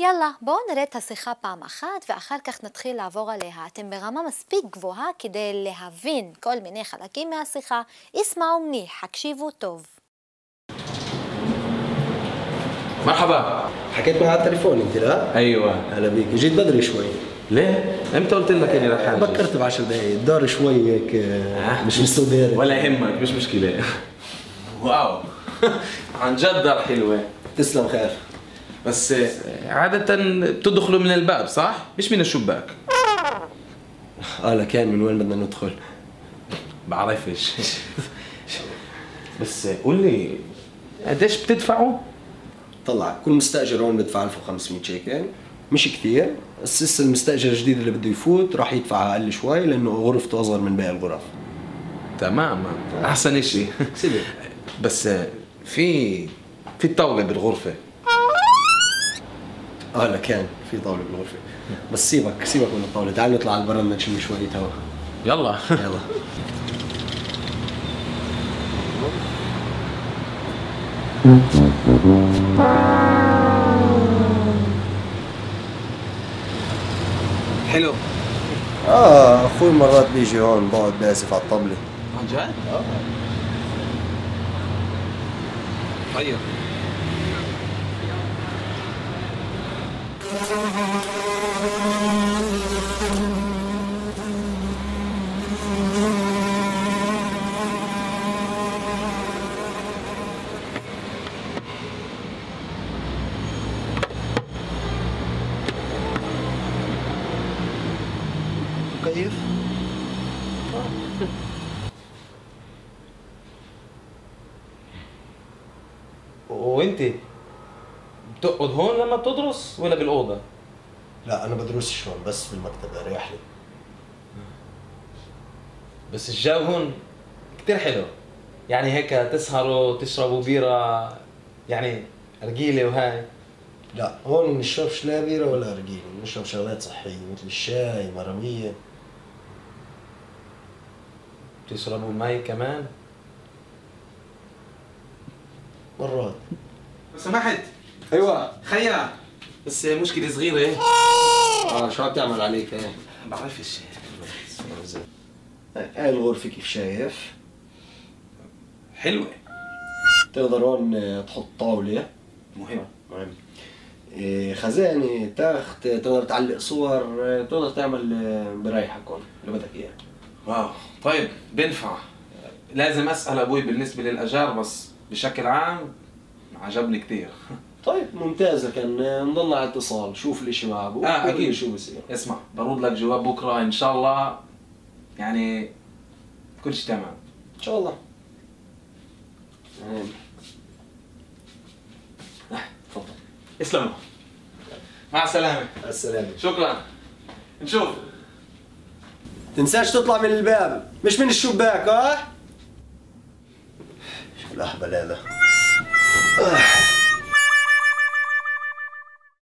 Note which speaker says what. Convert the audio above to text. Speaker 1: יאללה, בואו נראה את השיחה פעם אחת, ואחר כך נתחיל לעבור עליה. אתם ברמה מספיק גבוהה כדי להבין כל מיני חלקים מהשיחה. אסמעו מניח, הקשיבו טוב.
Speaker 2: مرحبا
Speaker 3: حكيت معها على التليفون انت لا؟
Speaker 2: ايوه
Speaker 3: هلا بيك جيت بدري شوي
Speaker 2: ليه امتى قلت لك اني رح أجي؟
Speaker 3: بكرت ب 10 دقائق الدار شوي هيك أيوة، آه، مش مستودع
Speaker 2: ولا يهمك مش مشكله واو عن جد دار حلوه
Speaker 3: تسلم خير
Speaker 2: بس عادة بتدخلوا من الباب صح؟ مش من الشباك
Speaker 3: اه لكان من وين بدنا ندخل؟
Speaker 2: بعرفش بس قول لي قديش بتدفعوا؟
Speaker 3: طلع كل مستاجر هون بدفع 1500 شيكل يعني مش كثير بس لسه المستاجر الجديد اللي بده يفوت راح يدفع اقل شوي لانه غرفته اصغر من باقي الغرف
Speaker 2: تماما احسن اشي
Speaker 3: سيدي
Speaker 2: بس في في طاولة بالغرفة
Speaker 3: اه لكان في طاوله بالغرفه بس سيبك سيبك من الطاوله تعال نطلع على البرندة نشم شويه هواء
Speaker 2: يلا
Speaker 3: يلا
Speaker 2: حلو
Speaker 3: اه اخوي مرات بيجي هون بقعد باسف على الطبله
Speaker 2: عن جد؟ طيب
Speaker 3: كيف؟
Speaker 2: وانت بتقعد هون لما بتدرس ولا بالاوضه؟
Speaker 3: لا انا بدرسش هون بس بالمكتب اريح لي
Speaker 2: بس الجو هون كتير حلو يعني هيك تسهروا تشربوا بيرة يعني رجيلة وهاي
Speaker 3: لا هون ما بنشربش لا بيره ولا رجيله بنشرب شغلات صحيه مثل الشاي مراميه
Speaker 2: تشربوا مي كمان
Speaker 3: مرات
Speaker 2: لو سمحت
Speaker 3: ايوه
Speaker 2: خيا بس مشكلة صغيرة
Speaker 3: اه شو عم تعمل عليك إيه. هي؟
Speaker 2: بعرفش
Speaker 3: هاي الغرفه إيه، كيف شايف
Speaker 2: حلوة
Speaker 3: تقدر هون آه، تحط طاوله
Speaker 2: مهم
Speaker 3: مهم آه، خزانه تخت آه، تقدر تعلق صور آه، تقدر تعمل آه، برايحك هون اللي بدك اياه
Speaker 2: واو طيب بنفع لازم اسأل ابوي بالنسبة للاجار بس بشكل عام عجبني كتير
Speaker 3: طيب ممتاز كان آه، نضلنا على اتصال شوف الاشي مع ابوك
Speaker 2: آه،
Speaker 3: وقول
Speaker 2: أكيد.
Speaker 3: لي شو بصير
Speaker 2: اسمع برد لك جواب بكرة ان شاء الله يعني كل شيء تمام
Speaker 3: ان شاء الله آمين.
Speaker 2: تفضل اسلموا مع السلامة
Speaker 3: السلامه
Speaker 2: شكرا نشوف
Speaker 3: تنساش تطلع من الباب مش من الشباك اه شو الاهبل هذا آه.